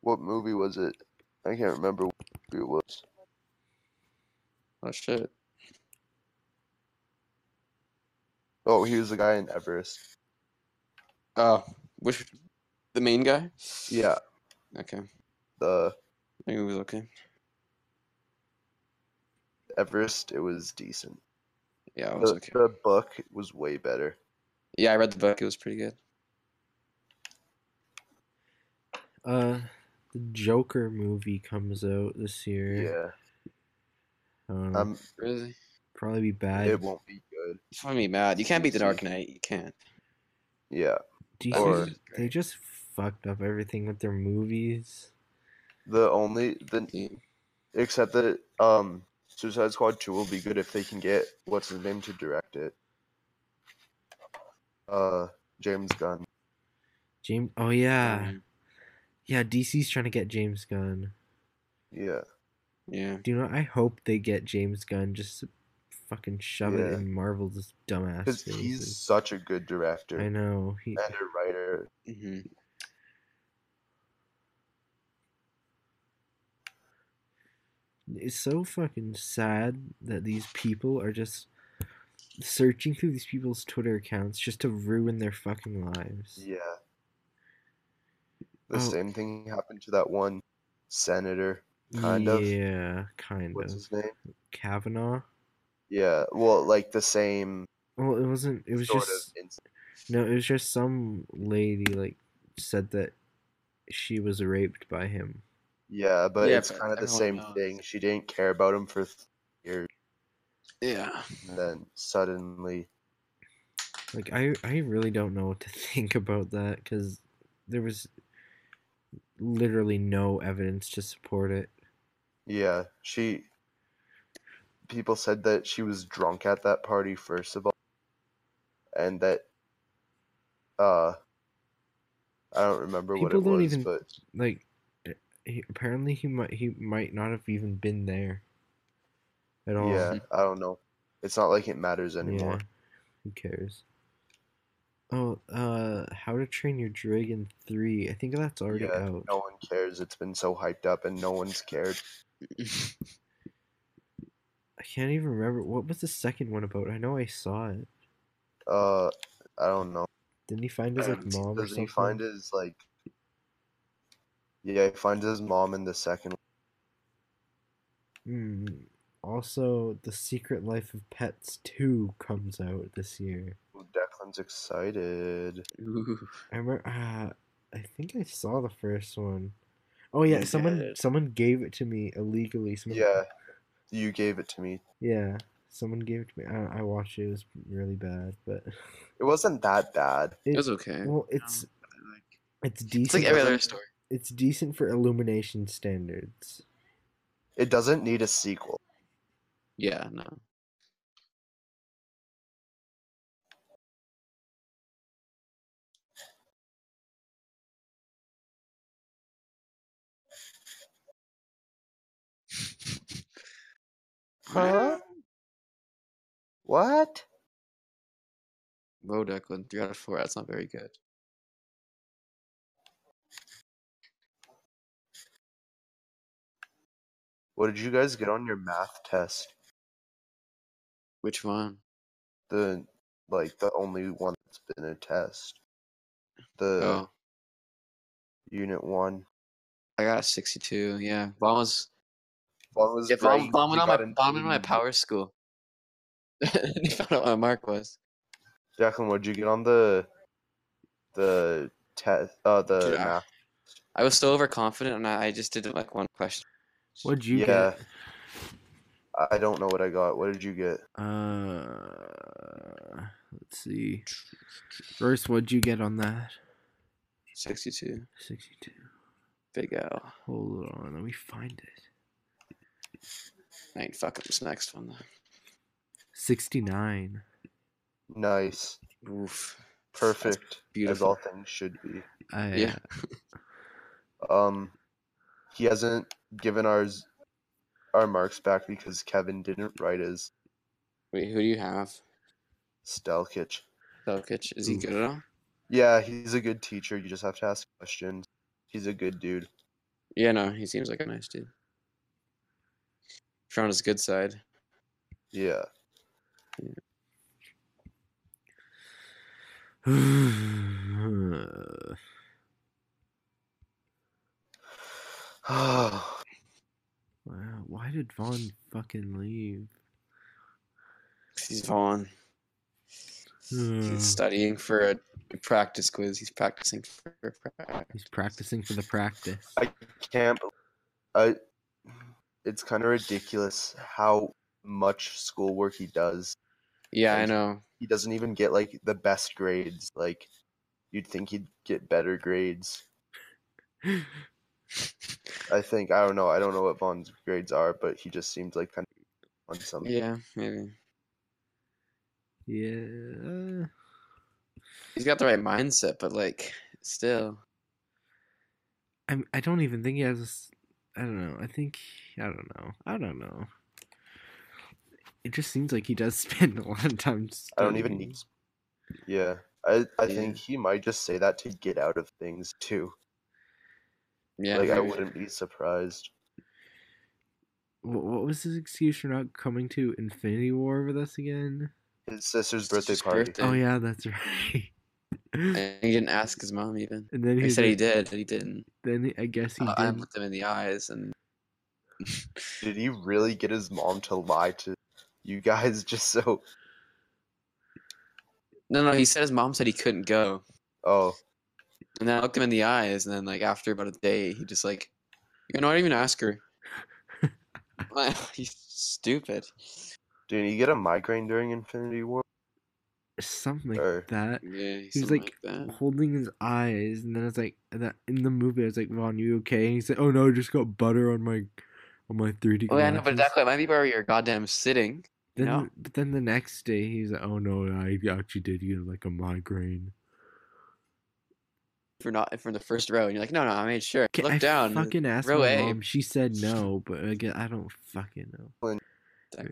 S4: what movie was it? I can't remember what movie it was.
S3: Oh shit.
S4: Oh, he was the guy in Everest.
S3: Oh, which the main guy?
S4: Yeah,
S3: Okay, I
S4: the
S3: think it was okay.
S4: Everest. It was decent.
S3: Yeah, it was
S4: The,
S3: okay.
S4: the book was way better.
S3: Yeah, I read the book. It was pretty good.
S1: Uh, the Joker movie comes out this year.
S4: Yeah,
S1: I don't know,
S4: um,
S3: Really?
S1: probably be bad.
S4: it won't be good.
S3: It's gonna be mad. You can't beat the Dark Knight. You can't.
S4: Yeah,
S1: Do you think
S3: That
S4: or-
S3: movie's
S1: they
S3: great.
S1: just fucked up everything with their movies?
S4: the only the except that um, Suicide Squad two will be good if they can get what's his name to direct it. Uh, James Gunn.
S1: James. Oh yeah,
S3: Yeah.
S1: yeah. DC's trying to get James Gunn.
S4: Yeah,
S3: Yeah.
S1: Do you know? I hope they get James Gunn. Just to fucking shove it
S4: Yeah.
S1: in Marvel's dumbass.
S4: because he's
S1: faces.
S4: such a good director
S1: I
S4: and
S1: know. He.
S4: a writer.
S3: hmm
S1: It's so fucking sad that these people are just searching through these people's Twitter accounts just to ruin their fucking lives.
S4: Yeah. The
S1: Oh.
S4: same thing happened to that one senator. Kind of.
S1: Yeah, kind
S4: What's
S1: of.
S4: his name?
S1: Kavanaugh.
S4: Yeah. Well, like the same
S1: Well, it wasn't. It was
S4: sort
S1: just
S4: of. Inc-
S1: no. It was just some lady like said that she was raped by him.
S4: yeah, but
S3: Yeah,
S4: it's
S3: but
S4: kind of the
S3: everyone
S4: same
S3: knows.
S4: thing. She didn't care about him for th- years,
S3: Yeah.
S4: and then suddenly,
S1: Like I, I really don't know what to think about that because there was literally no evidence to support it.
S4: yeah, she. People said that she was drunk at that party, first of all, and that. Uh. I don't remember what
S1: People
S4: it
S1: don't
S4: was,
S1: even-
S4: but
S1: Like eh, he, apparently he might he might not have even been there at all.
S4: yeah, I don't know. It's not like it matters anymore.
S1: Yeah. Who cares? Oh, uh, How to Train Your Dragon 3. I think that's already
S4: Yeah,
S1: out.
S4: no one cares. It's been so hyped up, and no one's cared.
S1: I can't even remember. What was the second one about? I know I saw it.
S4: Uh, I don't know.
S1: Didn't he find his, like, mom or
S4: Doesn't
S1: something?
S4: he find his like? Yeah, he finds his mom in the second.
S1: Hmm. Also, The Secret Life of Pets 2 comes out this year.
S4: one. Declan's excited.
S3: Ooh.
S1: I remember, uh, I think I saw the first one. Oh yeah, someone
S3: Yes.
S1: someone gave it to me illegally. Someone,
S4: Yeah, you gave it to me.
S1: yeah, someone gave it to me. I, I watched it. It was really bad, but
S4: It wasn't that bad.
S3: It was okay.
S1: Well, it's
S3: Like,
S1: it's
S3: It's like
S1: decent.
S3: every
S1: for-
S3: other story.
S1: It's decent for illumination standards.
S4: It doesn't need a sequel.
S3: Yeah. No.
S4: Huh? What?
S3: Low Declan, three out of four. That's not very good.
S4: What did you guys get on your math test?
S3: Which one?
S4: The like the only one that's been a test. The
S3: Oh,
S4: unit one.
S3: I got a 62. Yeah, bomb was.
S4: One was
S3: Yeah,
S4: great.
S3: bomb, bomb
S4: You
S3: went on my
S4: got an
S3: bomb went on my
S4: 80.
S3: power school. they found out what my mark was.
S4: Jacqueline, what'd you get on the the test? Uh, the
S3: Dude, I-
S4: math.
S3: I was so overconfident, and I, I just did like one question.
S1: What'd you
S4: Yeah. I- I don't know what I got. What did you get?
S1: get? Uh, let's see. First, what'd you get on that?
S3: 62.
S1: Sixty-two.
S3: Big L.
S1: Hold on, let me find it.
S3: I ain't fucking this next one
S1: Sixty-nine.
S4: Nice,
S3: though. Oof.
S4: perfect, as
S3: beautiful.
S4: all things should be.
S1: I,
S3: Yeah.
S4: Um, he hasn't given ours our marks back because Kevin didn't write his.
S3: Wait, who do you have?
S4: Stelkich.
S3: Selkic. Is he
S1: Oof.
S3: good at all?
S4: Yeah, he's a good teacher. You just have to ask questions. He's a good dude.
S3: Yeah, no, he seems like a nice dude. Found his good side.
S4: Yeah.
S1: uh, wow, why did Vaughn fucking leave?
S3: 'Cause He's Vaughn.
S1: Hmm.
S3: He's studying for a practice quiz. He's practicing for a practice.
S1: He's practicing for the practice.
S4: I can't. bel- I. It's kind of ridiculous how much schoolwork he does.
S3: Yeah, I
S4: Thank you.
S3: know.
S4: He doesn't even get like the best grades. Like, you'd think he'd get better grades. I think I don't know. I don't know what Vaughn's grades are, but he just seemed like kind of on something.
S3: Yeah, maybe.
S1: Yeah.
S3: He's got the right mindset, but like, still.
S1: I I don't even think he has. A, s- I don't know. I think I don't know. I don't know. It just seems like he does spend a lot of time.
S4: I don't even need. Yeah, I I think he might just say that to get out of things too.
S3: Yeah.
S4: like I
S3: maybe.
S4: wouldn't be surprised.
S1: What, what was his excuse for not coming to Infinity War with us again?
S4: His sister's
S3: It's
S4: birthday
S3: his
S4: party.
S3: birthday.
S1: Oh yeah, that's right. and
S3: And he didn't ask his mom even.
S1: then
S3: He
S1: he's
S3: said he
S1: like-
S3: did. He didn't.
S1: Then I guess he
S3: I- I
S1: did.
S3: looked him in the eyes, and
S4: Did he really get his mom to lie to you guys just so?
S3: no, no. He said his mom said he couldn't go,
S4: Oh,
S3: and then I looked him in the eyes, and then like after about a day, he just like, you know, I didn't even ask her. He's stupid.
S4: did you get a migraine during Infinity War?
S1: something like
S4: Or-
S1: that.
S3: Yeah,
S1: He was
S3: something
S1: like,
S3: that.
S1: Holding his eyes, and then it's like and that in the movie. I was like, "Vaughn, you okay?" And he said, "Oh no, I just got butter on my, on my 3D."
S3: Oh yeah, no, but
S1: glasses."
S3: Declan, it might be where you're goddamn sitting.
S1: Then,
S3: know?
S1: but then the next day he's like, "Oh no, I actually did get like a migraine."
S3: If you're not, if you're in the first row, and you're like, no, no, I made sure.
S1: K,
S3: Look
S1: I
S3: down.
S1: Fucking asked
S3: row
S1: my
S3: A.
S1: mom. She said no, but again, I don't fucking know.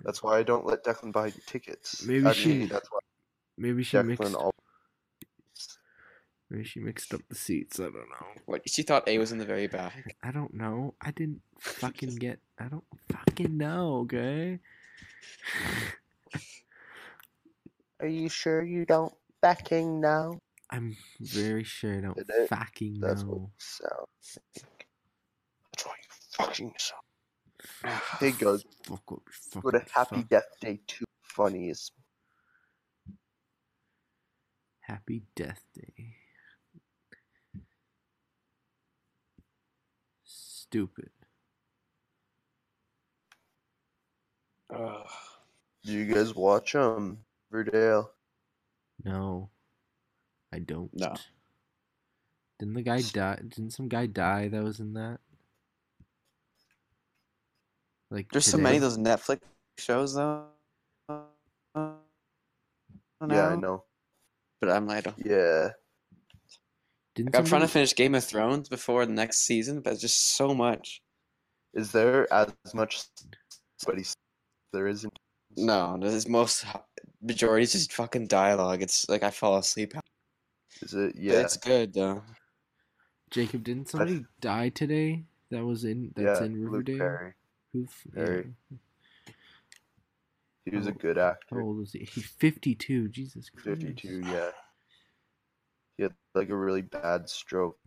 S4: That's why I don't let Declan buy tickets.
S1: Maybe
S4: I
S1: she-
S4: mean, that's why
S1: Maybe she mixed.
S4: Declan all.
S1: Maybe she mixed up the seats. I don't know.
S3: What she thought A was in the very back.
S1: I don't know. I didn't fucking get. I don't fucking know. Okay.
S4: Are you sure you don't backing now?
S1: I'm very sure I don't
S4: Did it?
S1: fucking
S4: That's what
S1: know.
S4: so. That's why you fucking so. Hey guys,
S1: Fuck what? Fuck
S4: what a
S1: what-
S4: happy
S1: fuck.
S4: death day too. Funny is
S1: Happy Death Day. Stupid.
S4: Do you guys watch um Riverdale?
S1: No, I don't.
S3: No.
S1: Didn't the guy die? Didn't some guy die that was in that? Like
S3: There's so many of
S1: today?
S3: those Netflix shows though. now,
S1: Oh,
S4: Yeah, I know.
S3: But I'm like, I don't-
S4: Yeah.
S1: Didn't
S3: like, I'm trying to
S1: somebody-
S3: finish Game of Thrones before the next season, but it's just so much.
S4: Is there as much somebody there isn't?
S3: No, there's most majority is just fucking dialogue. It's like I fall asleep. But
S4: Is it? Yeah.
S3: it's good though.
S1: Jacob, didn't somebody die today? That was in. That's
S4: yeah,
S1: in
S4: Luke
S1: Riverdale.
S4: Perry.
S1: Who? f- yeah.
S4: Perry. He was a
S1: Oh,
S4: good actor.
S1: How old was he? He's fifty-two. Jesus Christ.
S4: Fifty-two. Yeah. He had like a really bad stroke.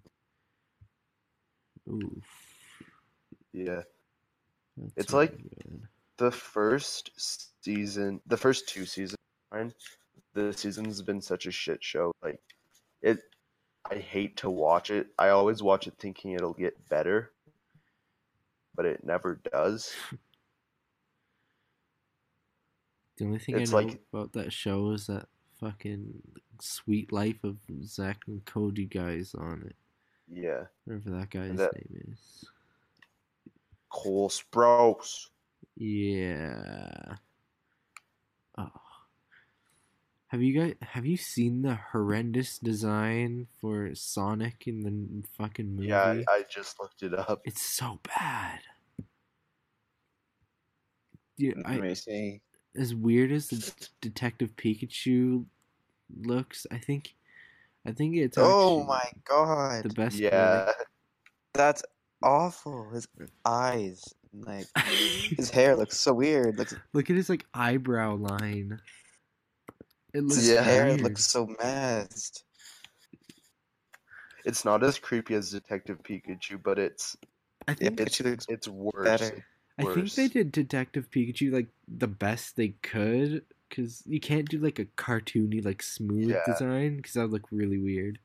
S1: Oof.
S4: Yeah.
S1: that's
S4: It's
S1: not
S4: like-
S1: good.
S4: The first season, the first two seasons, fine. The season's been such a shit show. Like, it. I hate to watch it. I always watch it thinking it'll get better, but it never does.
S1: The only thing I
S4: It's
S1: know
S4: like-
S1: about that show is that fucking sweet life of Zach and Cody guys on it.
S4: Yeah.
S1: Whatever that guy's
S4: that-
S1: name is.
S4: Cole Sprouse.
S1: Yeah. Oh. Have you guys have you seen the horrendous design for Sonic in the n- fucking movie?
S4: Yeah, I, I just looked it up.
S1: It's so bad. Yeah, I,
S3: me see.
S1: as weird as the Detective Pikachu looks, I think, I think it's
S3: Oh
S1: actually
S3: my god.
S1: the best.
S4: yeah.
S3: That's awful. His eyes, like his hair looks so weird. Looks
S1: Look at his like eyebrow line. It looks
S3: his
S4: Yeah.
S3: hair
S1: weird.
S3: looks so messed.
S4: It's not as creepy as Detective Pikachu, but it's
S1: I
S3: Yeah,
S1: think
S3: Pikachu looks
S4: it's worse.
S3: better.
S1: I think they
S4: worse.
S1: did Detective Pikachu like the best they could because you can't do like a cartoony like smooth design
S4: Yeah.
S1: 'cause design because that would look really weird.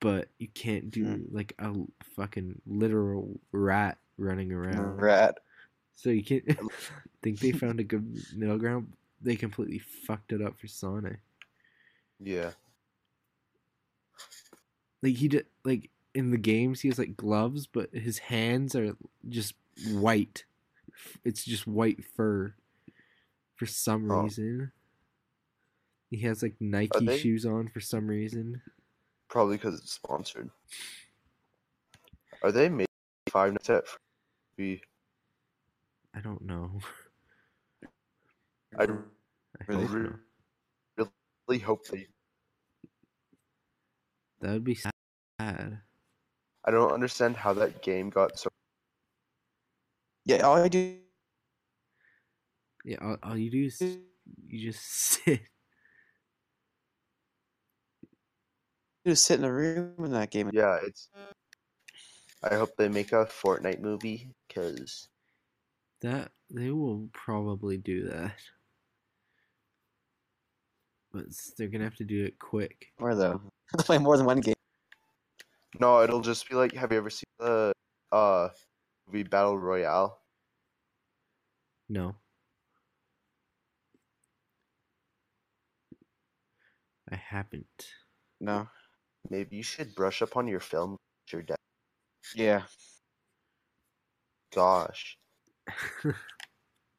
S1: But you can't do like a l- fucking literal rat running around.
S3: Rat.
S1: So you can't. I think they found a good middle ground. They completely fucked it up for Sonic.
S4: Yeah.
S1: Like he did. Like in the games, he has like gloves, but his hands are just white. It's just white fur. For some
S4: Oh.
S1: reason, he has like Nike
S4: they-
S1: shoes on. For some reason,
S4: Probably because it's sponsored. Are they making Five Nights at Freddy's?
S1: I don't know.
S4: I
S1: I
S4: Really?
S1: hope not.
S4: really hope they.
S1: That would be sad.
S4: I don't understand how that game got so.
S3: Yeah, all I do
S1: Yeah, all, all you do is you just sit.
S3: is sit in a room in that game.
S4: Yeah, it's. I hope they make a Fortnite movie because
S1: That they will probably do that, but s- they're gonna have to do it quick.
S3: More though. Play more than one game.
S4: no, it'll just be like. Have you ever seen the uh movie Battle Royale?
S1: No. I haven't.
S3: No.
S4: Maybe you should brush up on your film. Your dad.
S3: Yeah.
S4: Gosh,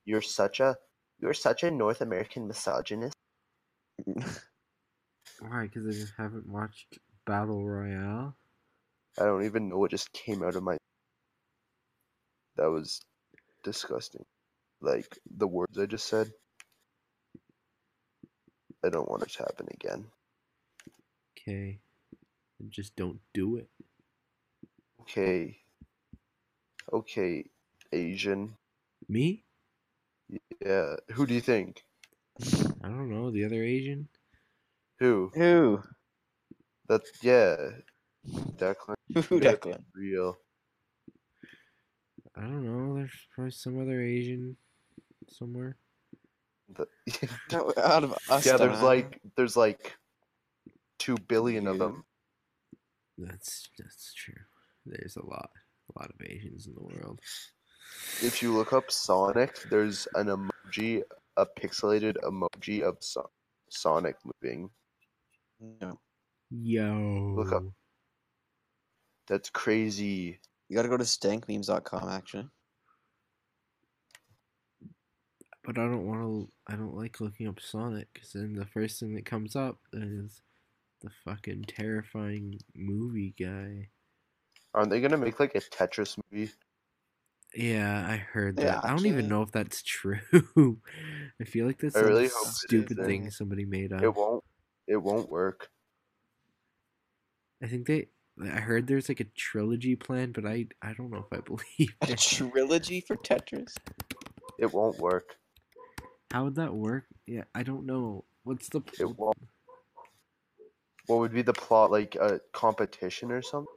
S4: you're such a you're such a North American misogynist.
S1: Why? Because I just haven't watched Battle Royale.
S4: I don't even know what just came out of my. That was disgusting. Like the words I just said. I don't want it to happen again.
S1: Okay. Just don't do it.
S4: Okay. Okay, Asian.
S1: Me?
S4: Yeah. Who do you think?
S1: I don't know. The other Asian?
S4: Who?
S3: Who?
S4: That's yeah. Declan.
S3: Who
S4: Yeah.
S3: Declan?
S4: Real.
S1: I don't know. There's probably some other Asian somewhere.
S4: The-
S3: No, Out of us.
S4: yeah.
S3: don't
S4: There's
S3: know.
S4: like there's like two billion of
S3: You.
S4: them.
S1: That's that's true. There's a lot, a lot of Asians in the world.
S4: If you look up Sonic, there's an emoji, a pixelated emoji of so- Sonic moving.
S3: No.
S1: Yo.
S4: Look up. That's crazy.
S3: You gotta go to stankmemes.com actually.
S1: but I don't want to. I don't like looking up Sonic because then the first thing that comes up is the fucking terrifying movie guy.
S4: Aren't they gonna make like a Tetris movie?
S1: Yeah, I heard that.
S3: Yeah,
S1: I don't even
S3: actually-
S1: know if that's true. I feel like that's
S4: I
S1: some
S4: really hope it eh?
S1: stupid
S4: isn't.
S1: thing somebody made up.
S4: It won't. It won't work.
S1: I think they. I heard there's like a trilogy plan, but I I don't know if I believe
S3: A
S1: it.
S3: trilogy for Tetris.
S4: It won't work.
S1: How would that work? Yeah, I don't know. What's the pl-
S4: It won't. What would be the plot? Like a competition or something?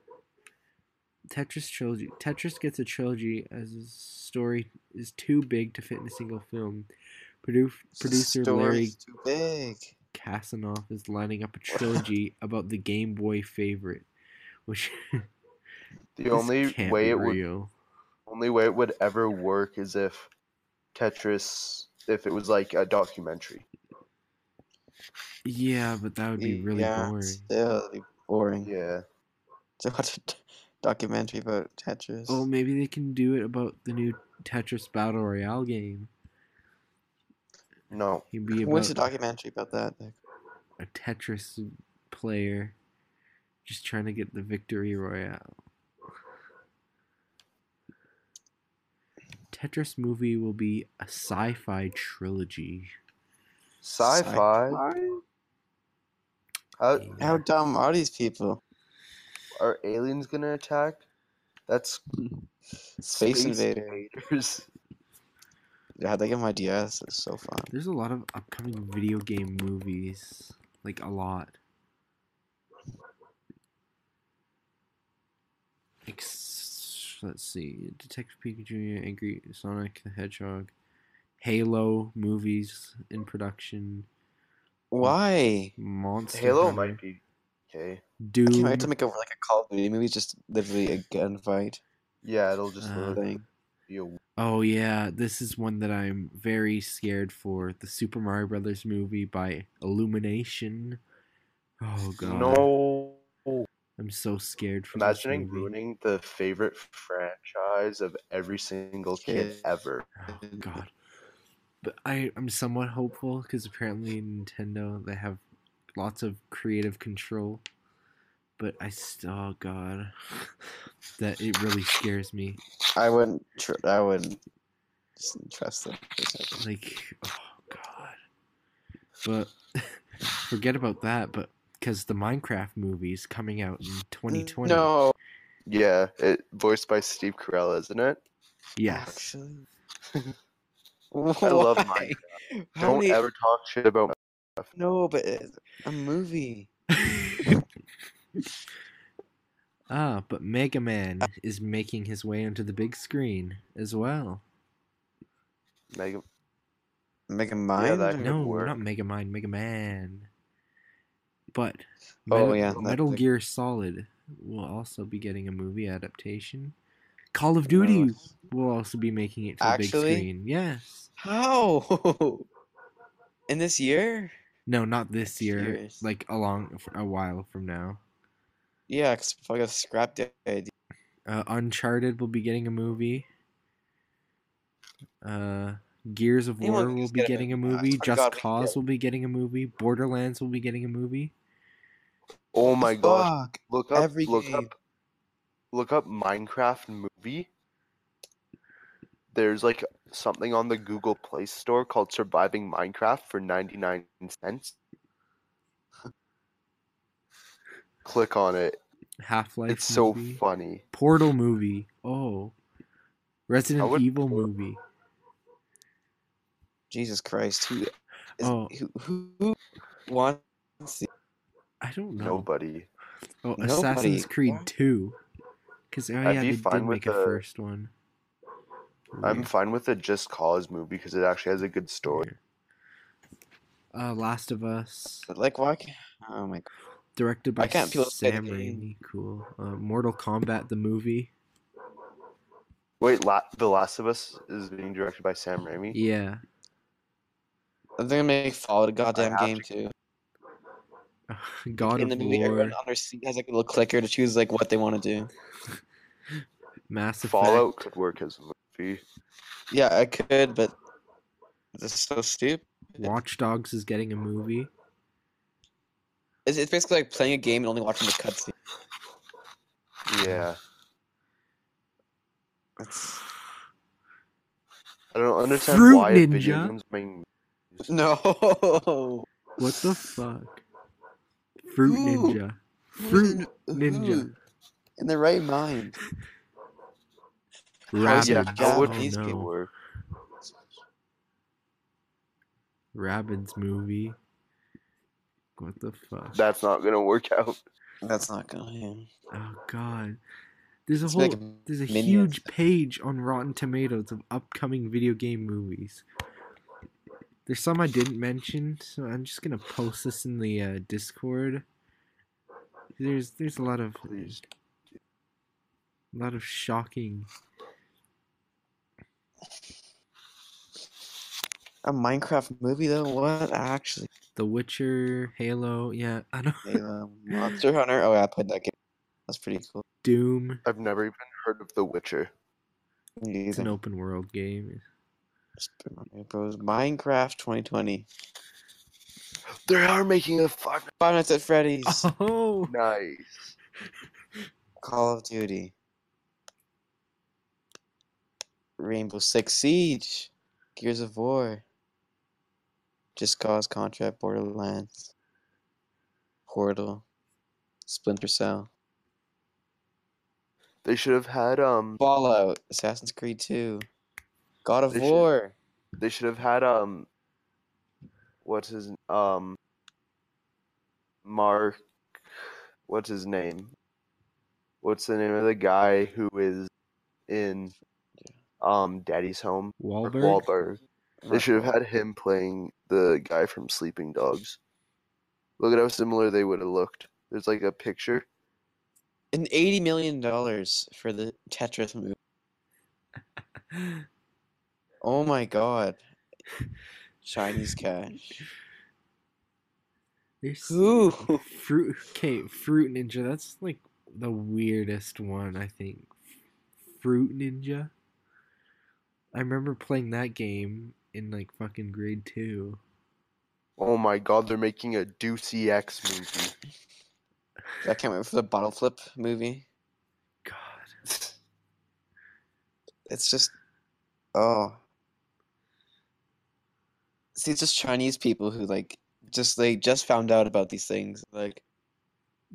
S1: Tetris trilogy. Tetris gets a trilogy as his story is too big to fit in a single film. Produ- producer Larry
S3: Story's too big.
S1: Kasanoff is lining up a trilogy about the Game Boy favorite, which
S4: The
S1: this
S4: only
S1: can't
S4: way
S1: be
S4: it would
S1: real.
S4: only way it would ever work is if Tetris, if it was like a documentary.
S1: Yeah, but that would be really
S3: yeah,
S1: boring.
S3: Still it'd be
S1: Mm.
S3: boring.
S4: Yeah.
S3: To watch a t- documentary about Tetris.
S1: Oh, maybe they can do it about the new Tetris Battle Royale game.
S4: No.
S1: It'd be
S3: What's a
S1: about
S3: documentary about that? Nick?
S1: a Tetris player just trying to get the victory royale. Tetris movie will be a sci-fi trilogy.
S3: Sci-fi.
S4: How,
S3: How dumb are these people?
S4: are aliens gonna attack? That's
S3: Space, Invader.
S4: invaders.
S3: Yeah, they get my DS. It's so fun.
S1: There's a lot of upcoming video game movies, like a lot. Ex- let's see, Detective Pikachu, Angry Sonic the Hedgehog, Halo movies in production,
S3: Why?
S1: Monster
S4: Halo
S1: Hunter,
S4: might be okay.
S3: I can't wait to
S1: Doom.
S3: make a like a Call of Duty movie, just literally a gunfight
S4: Yeah, it'll just
S1: Uh,
S4: look-
S3: thing.
S4: be a
S1: Oh yeah, this is one that I'm very scared for. The Super Mario Brothers movie by Illumination. Oh god,
S4: no.
S1: I'm so scared for this
S4: Imagining
S1: movie.
S4: ruining the favorite franchise of every single kid
S3: Kid.
S4: ever.
S1: Oh God! But I I'm somewhat hopeful because apparently Nintendo they have lots of creative control. But I still, oh God, that it really scares me.
S3: I wouldn't. Tr- I wouldn't s- trust them. for a second.
S1: Like, oh God. But forget about that. But because the Minecraft movie's coming out in 2020.
S3: No.
S4: Yeah, it voiced by Steve Carell, isn't it?
S1: Yes.
S3: Actually.
S4: I love
S3: Why? How
S4: Don't
S3: many-
S4: ever talk shit about.
S3: No, but it's a movie.
S1: ah, but Mega Man is making his way onto the big screen as well.
S4: Mega.
S3: Make a mind.
S4: that-
S3: or-
S1: No,
S4: work.
S1: not Mega Mind, Mega Man. But
S3: Oh,
S1: Metal,
S3: yeah, that
S1: Metal
S3: thing.
S1: Gear Solid will also be getting a movie adaptation. Call of Duty will also be making it to the
S3: Actually?
S1: big screen. Yes.
S3: How? In this year?
S1: No, not this year.
S3: Serious?
S1: Like a long, a while from now.
S3: Yeah, because I got scrapped the idea.
S1: Uh, Uncharted will be getting a movie. Uh, Gears of
S3: Anyone
S1: War
S3: can
S1: will
S3: just
S1: be
S3: get a
S1: getting a
S3: movie. I
S1: movie.
S3: swear to
S1: Just
S3: God, we can
S1: Cause
S3: get it.
S1: will be getting a movie. Borderlands will be getting a movie.
S4: Oh my gosh!
S3: Fuck.
S4: Look up.
S3: every
S4: look
S3: game.
S4: up. Look up Minecraft movie. There's like something on the Google Play Store called Surviving Minecraft for 99 cents. Click on it.
S1: Half Life.
S4: It's so
S1: movie.
S4: funny.
S1: Portal movie. Oh. Resident
S4: would-
S1: Evil movie.
S3: Jesus Christ. Who, is,
S1: Oh.
S3: who, who wants the-
S1: I don't know.
S4: Nobody.
S1: oh,
S3: nobody-
S1: Assassin's Creed
S3: what?
S1: 2. Because, oh,
S4: I'd
S1: yeah,
S4: be
S1: they
S4: fine
S1: did
S4: with
S1: make a
S4: the-
S1: first one.
S4: I'm
S1: Weird,
S4: fine with the Just Cause movie because it actually has a good story.
S1: weird. Uh, Last of Us.
S3: Like, why? can't- Oh my god.
S1: Directed
S3: Why
S1: by
S3: can't people play the
S1: Sam
S3: game?
S1: Raimi. Cool. Uh, Mortal Kombat, the movie.
S4: Wait, La- The Last of Us is being directed by Sam Raimi.
S1: Yeah.
S3: They're gonna make Fallout a goddamn
S4: have
S3: game
S4: to-
S3: too.
S1: God
S3: In
S1: of
S3: the movie, everyone
S1: War.
S3: on their seat has like a little clicker to choose like what they want to do.
S1: Mass Effect.
S4: Fallout could work as a movie.
S3: Yeah, I could, but this is so stupid.
S1: Watch Dogs is getting a movie.
S3: It's, it's basically like playing a game and only watching the cutscene.
S4: Yeah.
S3: It's-
S4: I don't understand
S1: Fruit
S4: why video
S1: Ninja?
S4: games make
S3: No.
S1: What the fuck? Fruit
S3: Ooh.
S1: Ninja. Fruit Ninja.
S3: Who In their right mind.
S1: Rabbids.
S4: yeah,
S3: God,
S4: how would
S1: oh,
S3: these
S4: these
S1: no.
S4: people work?
S1: Rabbids movie. What the fuck?
S4: That's not gonna work out.
S3: That's not gonna happen.
S1: oh god. There's a
S3: Let's
S1: whole
S3: make
S1: there's a
S3: minions.
S1: huge page on Rotten Tomatoes of upcoming video game movies. There's some I didn't mention, so I'm just gonna post this in the uh, Discord. There's there's a lot of
S4: Please.
S1: a lot of shocking.
S3: A Minecraft movie though? What actually?
S1: The Witcher, Halo, yeah, I know.
S3: Halo, Monster Hunter. Oh yeah, I played that game. That's pretty cool.
S1: Doom.
S4: I've never even heard of The Witcher.
S3: Me
S1: It's an
S3: either.
S1: open world game.
S3: Super Mario Bros. Minecraft 2020.
S4: They are making a fun.
S3: Five Nights at Freddy's.
S1: Oh,
S4: Nice.
S3: Call of Duty. Rainbow Six Siege, Gears of War, Just Cause, Contra, Borderlands, Portal, Splinter Cell,
S4: They should have had um
S3: Fallout, Assassin's Creed 2, God of
S4: They should-
S3: War.
S4: they should have had um what's his um Mark what's his name? What's the name of the guy who is in um Daddy's Home? Mark
S1: Wahlberg.
S4: Wahlberg. They
S3: Mark
S4: should have
S3: Wahlberg.
S4: had him playing the guy from Sleeping Dogs. Look at how similar they would have looked. There's like a picture.
S3: And eighty million dollars for the Tetris movie. Oh my god. Chinese cash.
S1: There's
S3: Ooh.
S1: fruit. Okay, fruit ninja. That's like the weirdest one I think. Fruit ninja. I remember playing that game in like fucking grade two.
S4: Oh my god, they're making a Deucey X movie.
S3: I can't wait for the bottle flip movie.
S1: God.
S3: It's just oh. See, it's just Chinese people who like just they just found out about these things. Like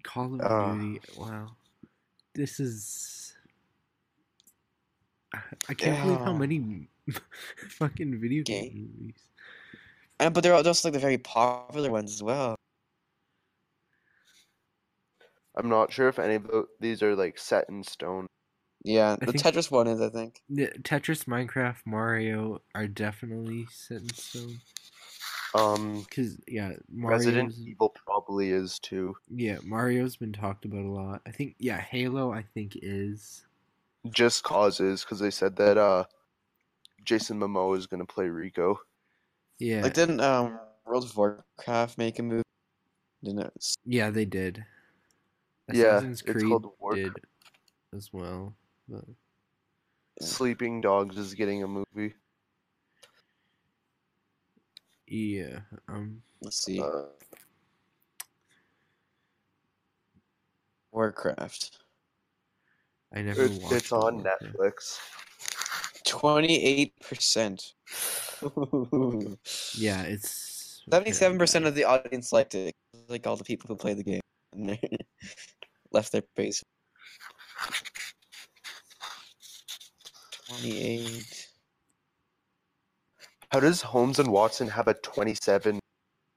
S1: Call of
S3: Ah.
S1: Duty. Wow. This is. I- I can't believe how
S3: Yeah.
S1: many fucking video game
S3: Game.
S1: movies.
S3: and but they're all just like the very popular ones as well.
S4: I'm not sure if any of tho- these are like set in stone.
S3: Yeah,
S1: I
S3: the
S1: think-
S3: Tetris one is I think.
S1: Yeah, Tetris, Minecraft, Mario are definitely set in stone.
S4: Um,
S1: Cause yeah, Mario's
S4: Resident Evil probably is too.
S1: yeah Mario's been talked about a lot. I think yeah Halo I think is
S4: Just causes because they said that uh, Jason Momoa is gonna play Rico.
S1: yeah
S3: Like didn't um World of Warcraft make a movie? Didn't it? S-
S1: yeah they did.
S4: Yeah,
S1: Assassin's
S4: it's
S1: Creed
S4: called Warc-
S1: did as well. But
S4: Sleeping Dogs is getting a movie.
S1: yeah, um,
S3: Let's see.
S4: Uh,
S3: Warcraft.
S1: I never.
S4: it-
S1: watched
S4: it's on
S1: Warcraft.
S4: Netflix.
S3: Twenty-eight percent.
S1: Yeah, it's
S3: Seventy-seven percent
S1: apparently
S3: of the audience liked it, like all the people who played the game, and they left their base. Twenty-eight.
S4: How does Holmes and Watson have a 27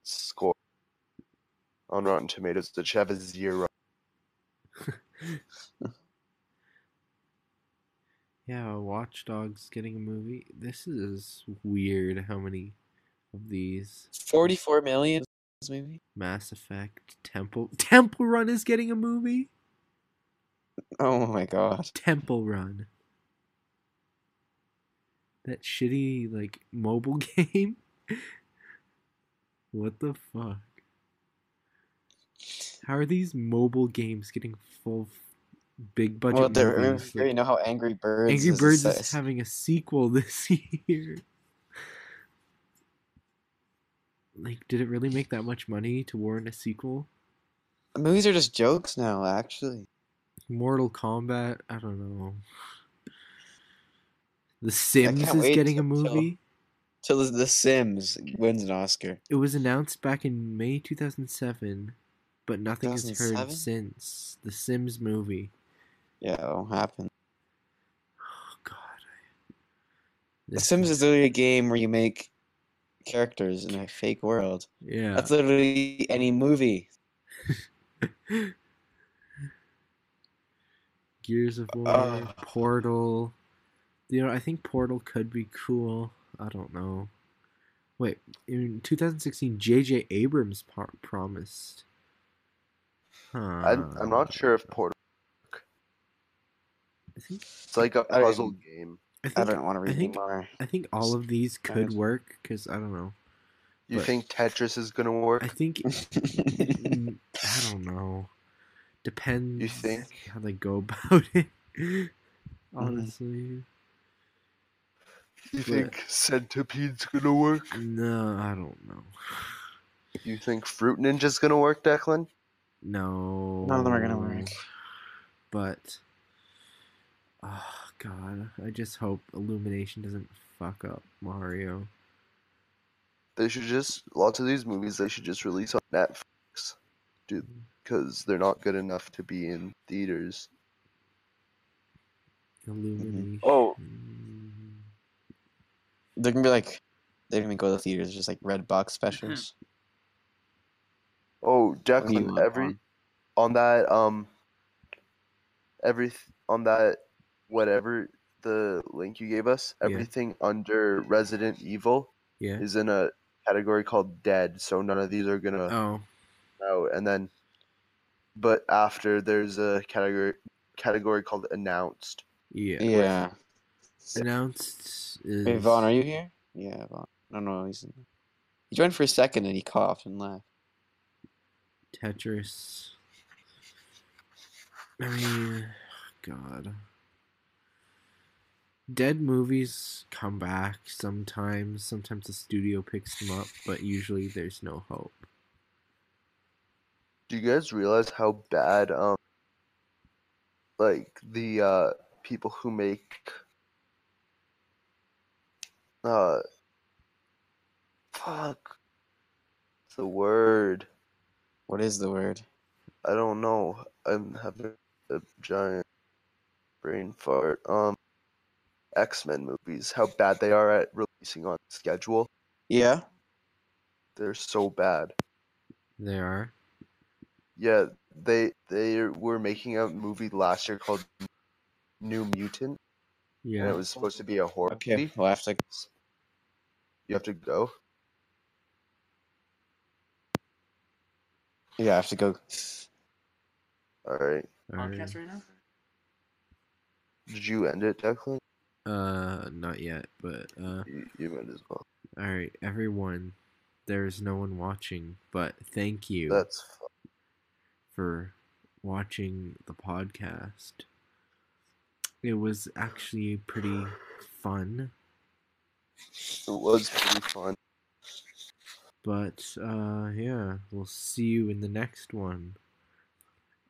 S4: score on Rotten Tomatoes? It should have a zero.
S1: Yeah, Watch Dogs getting a movie. This is weird how many of these
S3: Forty-four million. this Movie?
S1: Mass Effect Temple Temple Run is getting a movie?
S3: Oh my god.
S1: Temple Run. That shitty like mobile game? what the fuck? How are these mobile games getting full f- big budget
S3: Well, there,
S1: movies?
S3: you know how Angry Birds.
S1: Angry
S3: is a
S1: Birds is
S3: success.
S1: having a sequel this year. Like, did it really make that much money to warrant a sequel?
S3: Movies are just jokes now. Actually,
S1: Mortal Kombat, I don't know. The Sims is
S3: wait
S1: getting a
S3: until-
S1: movie.
S3: till The- The Sims wins an Oscar.
S1: It was announced back in May 2007, but nothing is heard
S3: 2007?
S1: since. The Sims movie.
S3: Yeah, it won't happen.
S1: Oh god.
S3: The
S1: This-
S3: Sims is literally a game where you make characters in a fake world.
S1: yeah.
S3: That's literally any movie.
S1: Gears of War,
S3: Uh.
S1: Portal. You know, I think Portal could be cool. I don't know. Wait, in 2016, J.J. Abrams par- promised. Huh.
S4: I'm, I'm not sure if Portal.
S1: I think,
S4: It's like a
S3: I-
S4: puzzle game.
S1: I
S3: I
S1: think, I,
S3: don't want to read
S1: think-
S3: more.
S1: think all of these could
S3: Guys.
S1: work, because I don't know.
S4: You
S1: But-
S4: think Tetris is gonna work?
S1: I think. mm, I don't know. Depends
S4: You think?
S1: how they go about it. Honestly.
S4: You
S1: but-
S4: think Centipede's gonna work?
S1: No, I don't know.
S4: You think Fruit Ninja's gonna work, Declan?
S1: No.
S3: None of them are gonna work.
S1: But oh God, I just hope Illumination doesn't fuck up Mario.
S4: They should just lots of these movies they should just release on Netflix, dude, because they're not good enough to be in theaters.
S1: Illumination.
S4: Mm-hmm. Oh.
S3: They're gonna be like, they don't even go to the theaters, just like red box specials.
S4: Oh,
S3: What do you
S4: Declan,
S3: want
S4: every
S3: on?
S4: on that um every on that whatever the link you gave us
S1: Yeah.
S4: everything under resident evil
S1: Yeah.
S4: is in a category called dead so none of these are gonna
S1: Oh.
S4: out and then but after there's a category category called announced
S1: Yeah.
S3: Yeah.
S1: Announced is.
S3: Wait, Vaughn, are you here? Yeah, Vaughn. No, no, he's. He joined for a second and he coughed and laughed.
S1: Tetris. I mean, God. Dead movies come back sometimes. Sometimes the studio picks them up, but usually there's no hope.
S4: do you guys realize how bad um like the uh people who make uh fuck what's the word
S3: What is the word?
S4: i don't know i'm having a giant brain fart um x-men movies how bad they are at releasing on schedule
S3: Yeah.
S4: they're so bad
S1: There are.
S4: yeah they they were making a movie last year called new mutant and
S1: Yeah.
S4: it was supposed to be a horror
S3: Okay.
S4: movie.
S3: We'll have to.
S4: You have to go.
S3: Yeah, I have to go.
S4: All right.
S1: Alright.
S2: Podcast right now.
S4: Did you end it, Declan?
S1: Uh, not yet, but uh,
S4: You, you might as well.
S1: all right, everyone. There is no one watching, but thank you
S4: That's fine.
S1: for watching the podcast. It was actually pretty fun.
S4: It was pretty fun.
S1: But uh yeah, we'll see you in the next one.